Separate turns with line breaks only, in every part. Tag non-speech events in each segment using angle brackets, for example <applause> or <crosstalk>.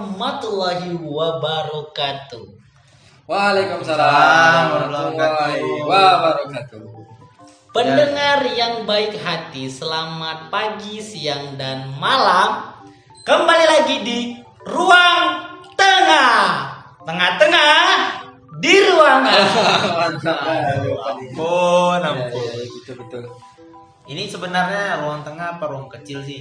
warahmatullahi wabarakatuh.
Ya. Waalaikumsalam warahmatullahi wabarakatuh.
Pendengar yang baik hati, selamat pagi, siang dan malam. Kembali lagi di ruang tengah. Tengah-tengah di ruang
<laughs>
Ampun,
Ya,
ampun.
ya, gitu betul.
Iya, Ini sebenarnya ruang tengah apa ruang kecil sih?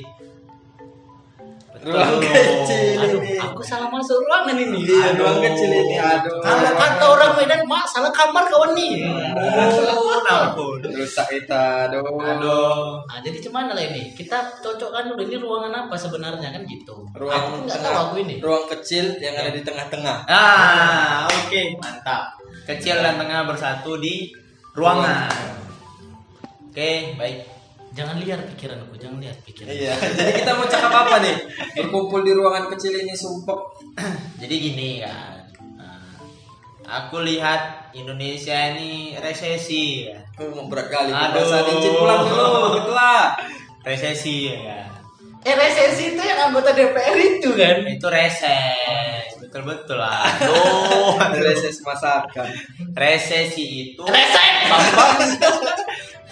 Ruang kecil
Aduh,
ini.
aku salah masuk ruangan ini.
Iya, ruang kecil ini. Aduh.
Kan,
Kalau kata orang Medan, mak salah kamar kawan nih.
Ampun,
Iya.
ampun.
Rusak kita, aduh.
Aduh.
Nah, jadi cuman lah ini kita cocokkan dulu ini ruangan apa sebenarnya kan gitu.
Ruang
aku nggak
tengah,
tahu aku ini.
ruang kecil yang ada di tengah-tengah.
Ah, oke, mantap. Kecil dan tengah bersatu di ruangan. Oke, baik.
Jangan liar pikiranku, jangan lihat pikiran.
Iya. Jadi kita mau cakap apa nih? Berkumpul di ruangan kecil ini sumpah.
Jadi gini kan. Nah, Aku lihat Indonesia ini resesi ya.
Oh, mau berat kali.
Aduh.
Perasaan izin pulang dulu, begitulah.
Resesi ya.
Eh resesi itu yang anggota DPR itu kan.
Itu reses. Betul-betul lah. Aduh.
Ada reses kan. masakan.
<laughs> Resesi itu
Reses.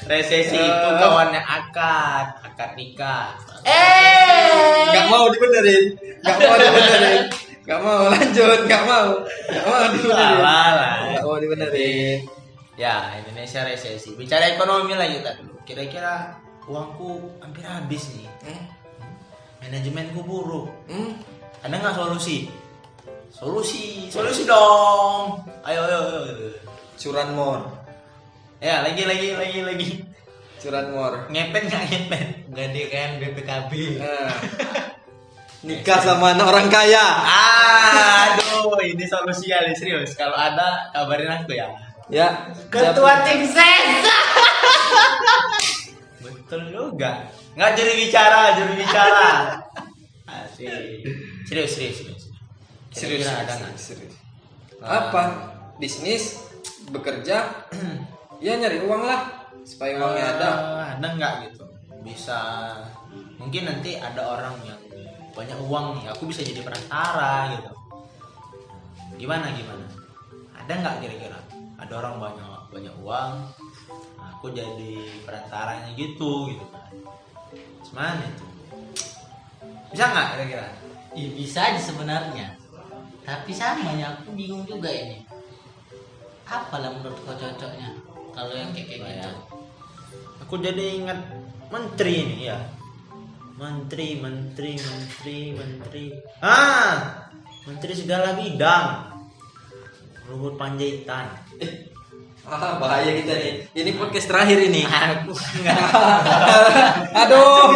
Resesi itu kawannya akad, akad nikah.
Eh.
Gak mau dibenerin. Gak mau dibenerin. Gak mau lanjut, gak mau. Gak mau dibenerin.
Salah lah.
Gak mau dibenerin.
Ya, Indonesia resesi. Bicara ekonomi lah kita dulu. Kira-kira uangku hampir habis nih.
Hmm?
Manajemenku buruk.
Hmm?
Ada nggak solusi? Solusi, solusi dong. Ayo, ayo, ayo. ayo.
Curanmor.
Ya, lagi, lagi, lagi, lagi.
Curanmor.
Ngepet nggak kan, ngepet?
Gantikan BPKB.
Nah. Nikah sama anak orang kaya.
Aduh, ini solusi ya, Li. serius. Kalau ada, kabarin aku ya.
Ya.
Ketua tim ses.
Betul juga. Nggak juri bicara, juri
<laughs>
bicara. Asik. Serius, serius, serius.
Serius,
Kira-kira ada
serius,
nggak?
serius.
Ah.
Apa? Bisnis, bekerja, <clears throat> ya nyari uang lah supaya uangnya ada.
Eh, ada nggak gitu? Bisa. Mungkin nanti ada orang yang banyak uang nih. Aku bisa jadi perantara gitu. Gimana gimana? Ada nggak kira-kira? Ada orang banyak banyak uang. Aku jadi perantaranya gitu gitu kan. Cuman itu. Bisa nggak kira-kira?
Ih, bisa aja sebenarnya. Tapi sama ya aku bingung juga ini. Apalah menurut kau cocoknya? Kalau yang kayak kayak gitu.
Aku jadi ingat menteri nih ya. Menteri, menteri, menteri, menteri. Ah, menteri segala bidang. Luhut Panjaitan.
Ah, bahaya kita nih. Ini podcast terakhir ini.
<laughs> Aku enggak.
aduh,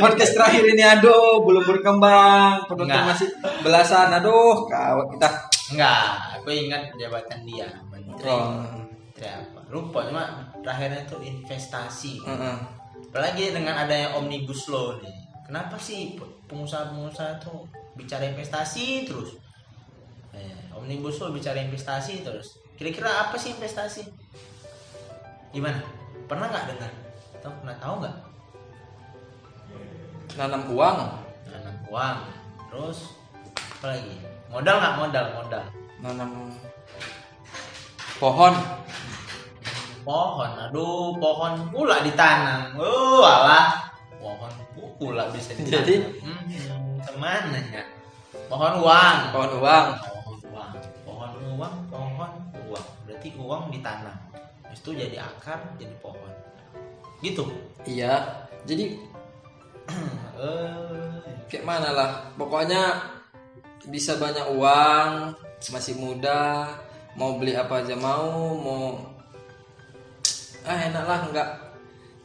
podcast terakhir ini aduh, belum berkembang, penonton
Nggak.
masih belasan. Aduh, kau kita
Enggak, aku ingat jabatan dia menteri.
Oh.
Menteri apa? Lupa cuma terakhirnya itu investasi.
Heeh.
Apalagi dengan adanya omnibus law nih. Kenapa sih pengusaha-pengusaha tuh bicara investasi terus? Eh, omnibus law bicara investasi terus. Kira-kira apa sih investasi? Gimana? Pernah nggak dengar? Atau pernah tahu nggak?
nanam uang.
Nanam uang. Terus apa lagi? Modal nggak modal modal?
nanam pohon
Pohon. Aduh, pohon pula ditanam. Oh, alah. Pohon pula bisa ditanam.
Jadi?
hmm, kemana ya? Pohon uang.
pohon uang
pohon uang pohon uang pohon uang berarti uang ditanam Habis itu jadi akar jadi pohon gitu <clears throat>
iya jadi
eh
kayak mana lah pokoknya bisa banyak uang masih muda mau beli apa aja mau mau ah enak lah nggak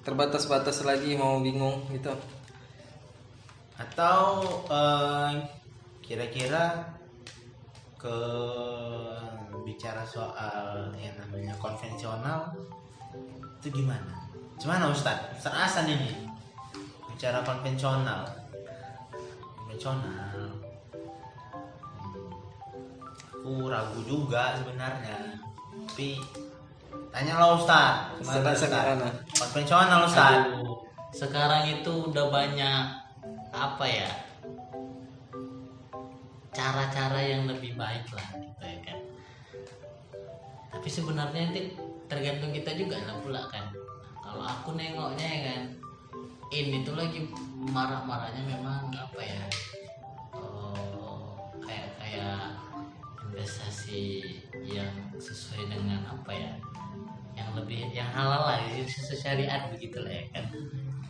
terbatas-batas lagi mau bingung gitu
atau eh, kira-kira ke bicara soal yang namanya konvensional itu gimana? Gimana Ustadz? Ustadz Hasan ini bicara konvensional konvensional Hmm. aku ragu juga sebenarnya tapi tanyalah Ustadz Gimana,
Ustadz Hasan gimana?
konvensional Ustadz
Aduh, sekarang itu udah banyak apa ya? cara-cara yang lebih baik lah gitu ya kan tapi sebenarnya itu tergantung kita juga lah pula kan kalau aku nengoknya ya kan ini tuh lagi marah-marahnya memang apa ya oh, kayak kayak investasi yang sesuai dengan apa ya yang lebih yang halal lah yang sesuai syariat begitu lah ya kan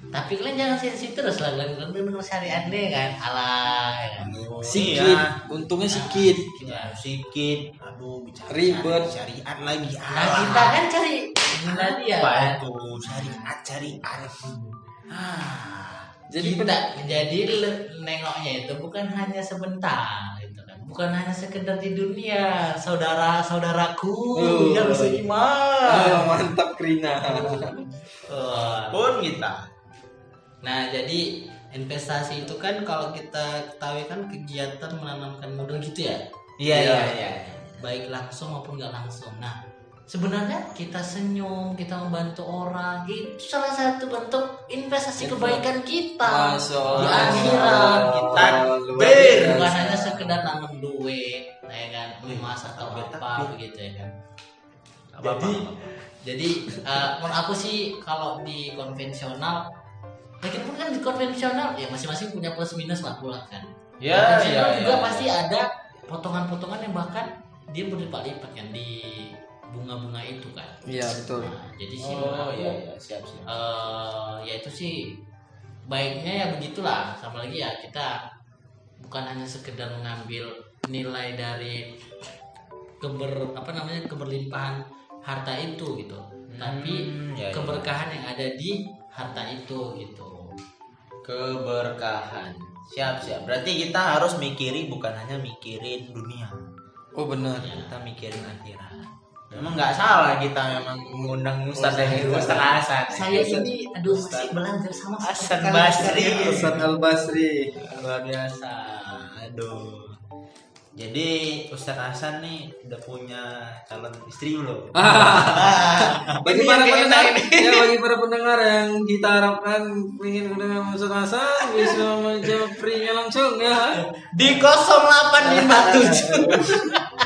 tapi kalian jangan sensi terus lah kalian kalian dengar syariat deh kan alah ya kan
sikit
Iya.
untungnya sikit
Iya,
kita sedikit aduh bicara
Ribet.
syariat lagi
nah
alah
kita kan cari gila dia
apa
kan
itu syariat syariat ah
jadi
jadi
tidak jadi le- nengoknya itu bukan hanya sebentar gitu kan bukan hanya sekedar di dunia saudara saudaraku Iya,
Oh.
yang
Ah,
seiman
<laughs> mantap Krina
gitu. Oh.
pun kita
Nah, jadi investasi itu kan kalau kita ketahui kan kegiatan menanamkan modal gitu ya,
iya
Iya.
iya iya
baik langsung maupun nggak langsung. Nah, sebenarnya kita senyum, kita membantu orang, itu salah satu bentuk investasi
Betul.
kebaikan kita. Di
Masya Allah
akhirat kita
Luar
ber-
biasa.
bukan hanya sekedar nanam duit, ya kan, emas atau
Tapi-
apa
tapi-
begitu ya kan.
apa apa
Jadi-
Jadi eh, menurut aku sih kalau di konvensional Lagipun kan di konvensional ya masing-masing punya plus minus lah pula kan.
ya ya
konvensional juga
ya.
pasti ada potongan-potongan yang bahkan dia berlipat-lipat kan di bunga-bunga itu kan.
Iya betul
Nah, jadi sih menurut
oh
aku,
iya iya siap siap
eh, ya itu sih baiknya ya begitulah sama lagi ya kita bukan hanya sekedar mengambil nilai dari keber apa namanya keberlimpahan harta itu gitu tapi
Hmm, ya, ya.
keberkahan yang ada di harta itu gitu
keberkahan siap siap berarti kita harus mikirin bukan hanya mikirin dunia
oh benar
Ya.
kita mikirin akhirat memang nggak salah kita memang mengundang Ustaz yang Ustaz Hasan
saya ini aduh masih belajar sama
Hasan
sekali.
Basri
Hasan Al Basri
luar biasa aduh jadi Ustaz Hasan nih udah punya calon istri belum
<laughs> bagi
Ini
para
yang
pendengar
enak
ya bagi para pendengar yang kita harapkan ingin mendengar Ustaz Hasan bisa mencaprinya langsung ya
di 0857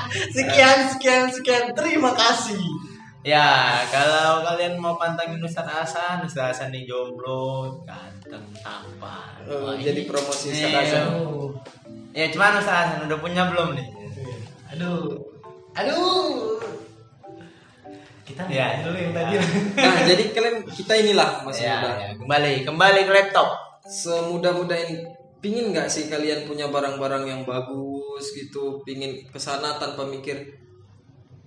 sekian sekian sekian terima kasih
ya kalau kalian mau pantangin Ustaz Hasan Ustaz Hasan nih jomblo ganteng tampan
Oh, jadi promosi
Iya.
Ustaz Hasan
Aduh.
ya cuman Ustaz Hasan udah punya belum nih
Aduh. Aduh. Kita lihat
Ya.
dulu yang tadi.
nah jadi kalian kita inilah masih
ya,
muda
ya, kembali kembali ke laptop
semudah-mudah ini pingin nggak sih kalian punya barang-barang yang bagus gitu pingin kesana tanpa mikir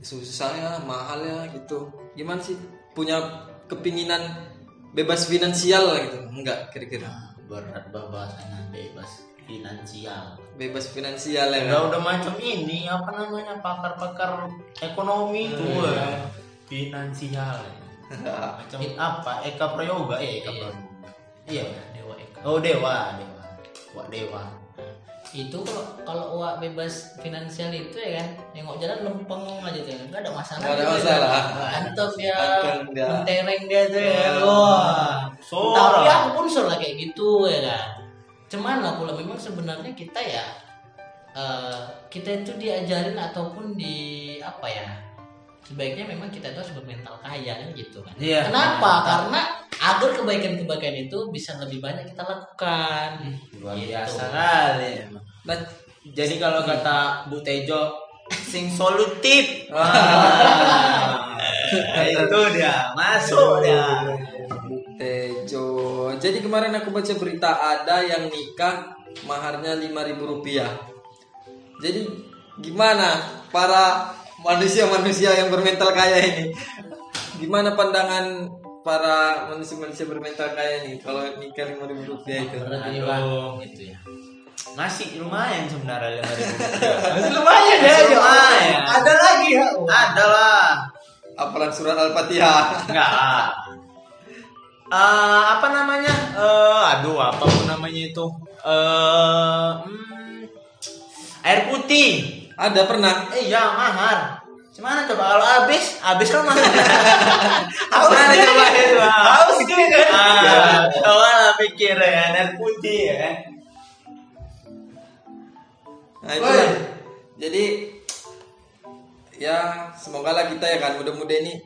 susah ya mahal ya gitu gimana sih punya kepinginan bebas finansial gitu enggak kira-kira
berat bahasannya bebas finansial
bebas finansial ya
udah
kan?
udah macam ini apa namanya pakar-pakar ekonomi itu
Iya.
ya. <laughs> finansial macam apa Eka Prayoga ya Eka
Iya.
Prayoga iya
Dewa Eka.
oh dewa dewa wah dewa
Itu kalau kalau uak bebas finansial itu ya kan, nengok jalan lempeng aja tuh, ya kan. nggak ada masalah.
Nggak ada
gitu ya
masalah.
kan. Mantap ya,
Anteng dia. Iya.
mentereng dia tuh ya. kan. Wah.
wah
Tapi aku
sorak
pun suruh kayak gitu ya kan. Cuman lah pula memang sebenarnya kita ya eh, kita itu diajarin ataupun di apa ya sebaiknya memang kita itu harus bermental kaya kan gitu kan.
Iya.
Kenapa? Karena agar kebaikan-kebaikan itu bisa lebih banyak kita lakukan.
luar
Gitu.
biasa Iya. kali emang.
Nah,
Iya, jadi kalau kata Bu Tejo sing solutif
Ah.
Ah, <laughs> itu dia masuk dia
ya. Tejo jadi kemarin aku baca berita ada yang nikah maharnya 5000 rupiah jadi gimana para manusia-manusia yang bermental kaya ini gimana pandangan para manusia-manusia bermental kaya ini kalau nikah 5000 rupiah itu
Berarti
Aduh.
Bang, gitu ya.
masih lumayan sebenarnya lima ribu
Masih lumayan
ya, Jo. Ada
lagi ya.
ada lah
apalan surat al-fatihah
enggak lah Eh, apa namanya Eh, aduh apa pun namanya itu Eh, hmm, air putih
ada pernah
eh ya mahar Gimana coba kalau habis, habis kan mahar. Haus
Gimana
deh.
coba ya, coba?
Haus deh kan. Ah, coba lah pikir ya, air putih ya kan.
Nah, itulah. Jadi ya semoga lah kita ya kan muda-muda ini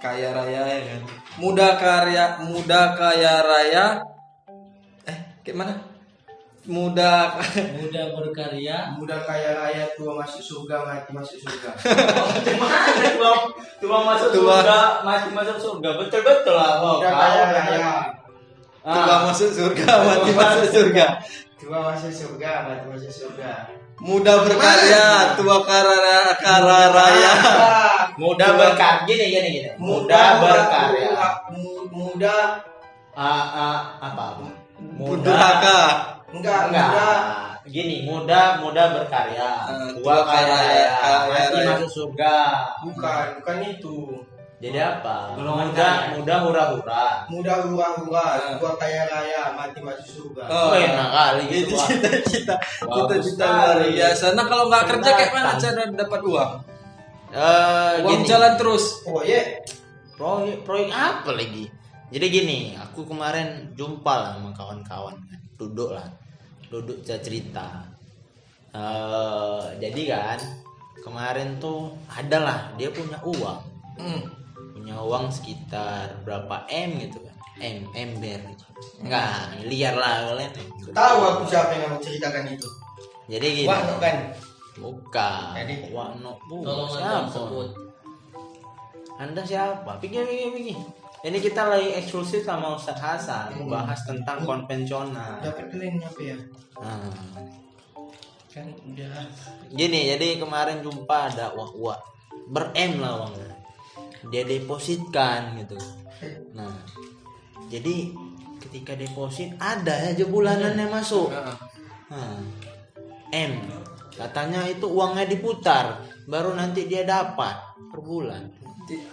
kaya raya ya kan. Muda karya muda kaya raya. Eh, gimana? Muda <laughs>
muda berkarya
Muda kaya raya tua masuk surga mati masuk surga.
Gimana bang? Tuang masuk
Tuang.
surga, mati masuk surga. Betul betul lah bang.
<laughs> Muda kaya raya
Ah.
tua masuk surga, mati masuk surga.
tua masuk surga mati masuk surga.
Muda berkarya, tua karara kara raya.
Ah,
Muda berkarya gini ya. gini gini. Muda berkarya.
mu- Muda
Ah, ah, apa apa?
<laughs> Durhaka.
enggak
Enggak.
muda
Gini, muda muda berkarya.
Eh,
Tua
tua
kaya
kaya,
raya,
kaya
mati
raya.
masuk surga.
bukan bukan itu.
Jadi apa?
Golongan
muda
kaya.
muda hura-hura.
Muda hura-hura tua kaya raya mati masuk surga.
Oh,
Oh, enak kali
Itu
gitu. Wak.
cita-cita,
Bagus
cita-cita luar
sekali.
biasa. Nah kalau nggak kerja kayak mana
Kesempatan.
cara dapat uang?
<laughs> Eh,
Uang
gini.
jalan terus.
Proyek
proyek proyek apa lagi jadi gini aku kemarin jumpa lah sama kawan-kawan kan. duduk lah duduk cer- cerita eh jadi kan kemarin tuh adalah dia punya uang
Hmm.
punya uang sekitar berapa m gitu kan m ember gitu enggak miliar lah oleh
tahu aku siapa yang menceritakan itu.
jadi gini
Wah, bukan.
bukan
Jadi?
Wano bu
tolong
siapa?
jangan sebut
Anda siapa? Pikir, pikir, pikir. Ini kita lagi eksklusif sama Ustadz Hasan membahas tentang konvensional.
Dapat link apa ya?
Nah,
Kan udah
gini, jadi kemarin jumpa ada wak wak ber M lah uangnya. Dia depositkan gitu. Nah, jadi ketika deposit ada aja
Iya.
bulanannya masuk. Nah, M katanya itu uangnya diputar, baru nanti dia dapat per bulan.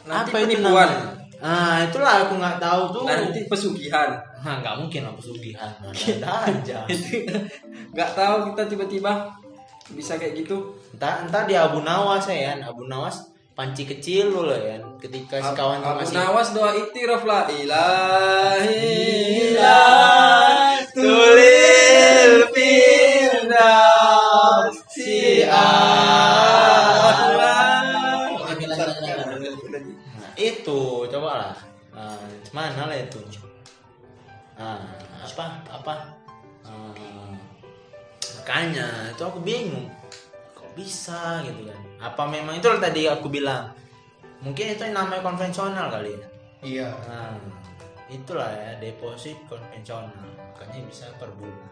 Nanti
Apa ini
penipuan.
namanya? Ah, itulah aku nggak tahu tuh.
Nanti pesugihan.
Hah, Nah, nggak mungkin aku pesugihan. Ada aja.
Nggak tahu kita tiba-tiba bisa kayak gitu.
entah entah di Abu Nawas ya, kan. Abu Nawas panci kecil dulu ya. kan. Ketika si kawan
Abu
masih
Nawas doa iktiraf la ilahi
Ilah tulil firdaus si'ala.
Oke, lanjut, lanjut.
Nah, itu coba lah. Nah, mana lah itu? Nah, apa apa? Nah, makanya itu aku bingung. Kok bisa gitu kan? Apa memang itu lah tadi aku bilang? Mungkin itu yang namanya konvensional kali ya.
iya.
Nah, itulah ya deposit konvensional. Makanya bisa per bulan.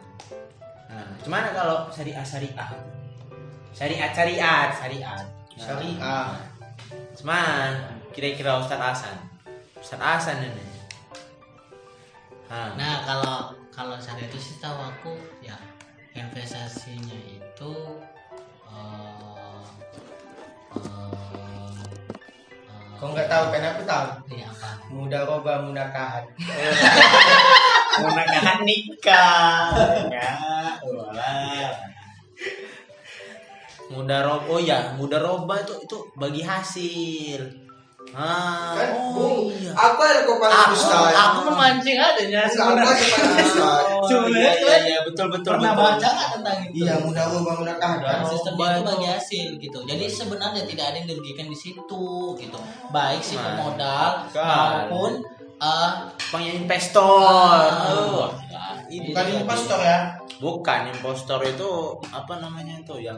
Nah, gimana kalau syariah syariah? Syariat syariat syariat. Nah,
Syariah.
Cuman kira-kira Ustadz Hasan Ustadz Hasan ini Hah.
Nah kalau kalau saat itu sih tahu aku ya investasinya itu eh, eh, eh,
Kau nggak tahu kan aku tahu.
iya, apa?
Muda roba muda kahat.
Menggunakan nikah ya Wah. muda roba oh ya muda roba itu itu bagi hasil ah
Kan
oh
bu,
iya
aku ada kau paling
aku
besar.
aku memancing adanya sebenarnya
Enggak, aku ada paling besar.
Oh, iya, iya, iya, betul betul
ya. pernah
betul.
baca nggak tentang itu
Iya muda roba muda kahat.
Dan
kan?
sistemnya
Obat.
itu bagi hasil gitu. Jadi sebenarnya tidak ada yang dirugikan di situ gitu. Baik si pemodal
Kan.
maupun eh
Bang yang investor. Oh.
Bukan impostor ya.
Bukan impostor itu apa namanya itu yang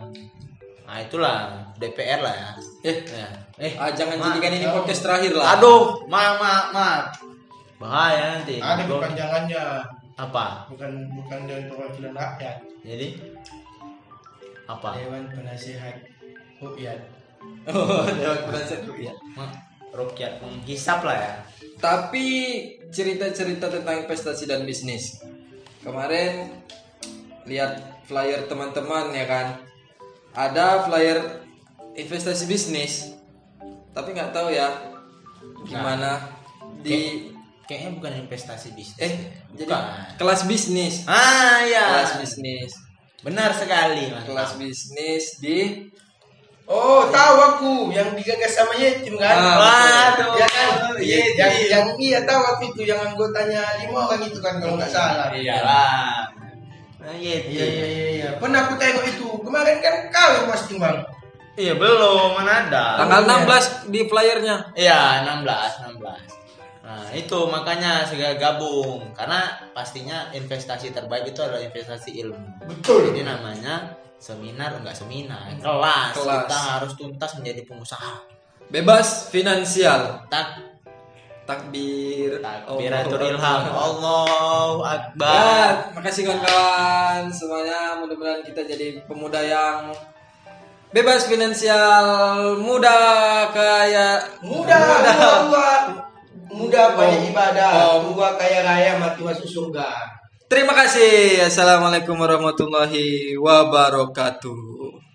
Nah itulah DPR lah ya.
Eh,
Ya. Eh,
ah, jangan
Ma.
jadikan ini podcast terakhir lah.
Aduh, ma ma ma. Bahaya nanti.
Ada
Gua-
bukan jangannya.
apa?
Bukan bukan dari perwakilan rakyat.
Jadi apa?
Dewan penasihat rakyat.
Oh, Dewan Penasihat Rupiah.
Ma- Rukyat menghisap lah ya.
Tapi cerita-cerita tentang investasi dan bisnis. Kemarin lihat flyer teman-teman ya kan. Ada flyer investasi bisnis. Tapi nggak tahu ya gimana di
Kayaknya bukan investasi bisnis.
eh jadi
bukan.
kelas bisnis.
Ah ya.
Kelas bisnis.
Benar sekali. Mas.
Kelas bisnis di
Oh tahu aku yang digagas sama Yetim kan.
Ah.
Waduh.
Ya kan?
Iya,
Iya, yang, yang iya tahu aku itu yang anggotanya lima orang itu kan kalau nggak salah.
Iyalah. Nah, iya,
Iya iya iya. iya. Pernah aku tengok itu. Kemarin kan kau yang posting bang.
Iya, belum, mana ada.
Tanggal 16 di flyernya.
Iya, 16, 16. Nah, itu makanya segera gabung karena pastinya investasi terbaik itu adalah investasi ilmu.
Betul.
Jadi namanya seminar enggak seminar, kelas.
Kelas.
Kita harus tuntas menjadi pengusaha.
Bebas finansial.
Tak
Takbir.
takbiratul
Allahu <laughs>
ilham.
Akbar.
Allahu akbar.
Oh, Ya, makasih kawan-kawan semuanya. Mudah-mudahan kita jadi pemuda yang bebas finansial, muda kaya,
Muda
muda.
tua tua. Muda banyak ibadah.
Oh.
Tua kaya raya mati masuk surga.
Terima kasih. Assalamualaikum warahmatullahi wabarakatuh.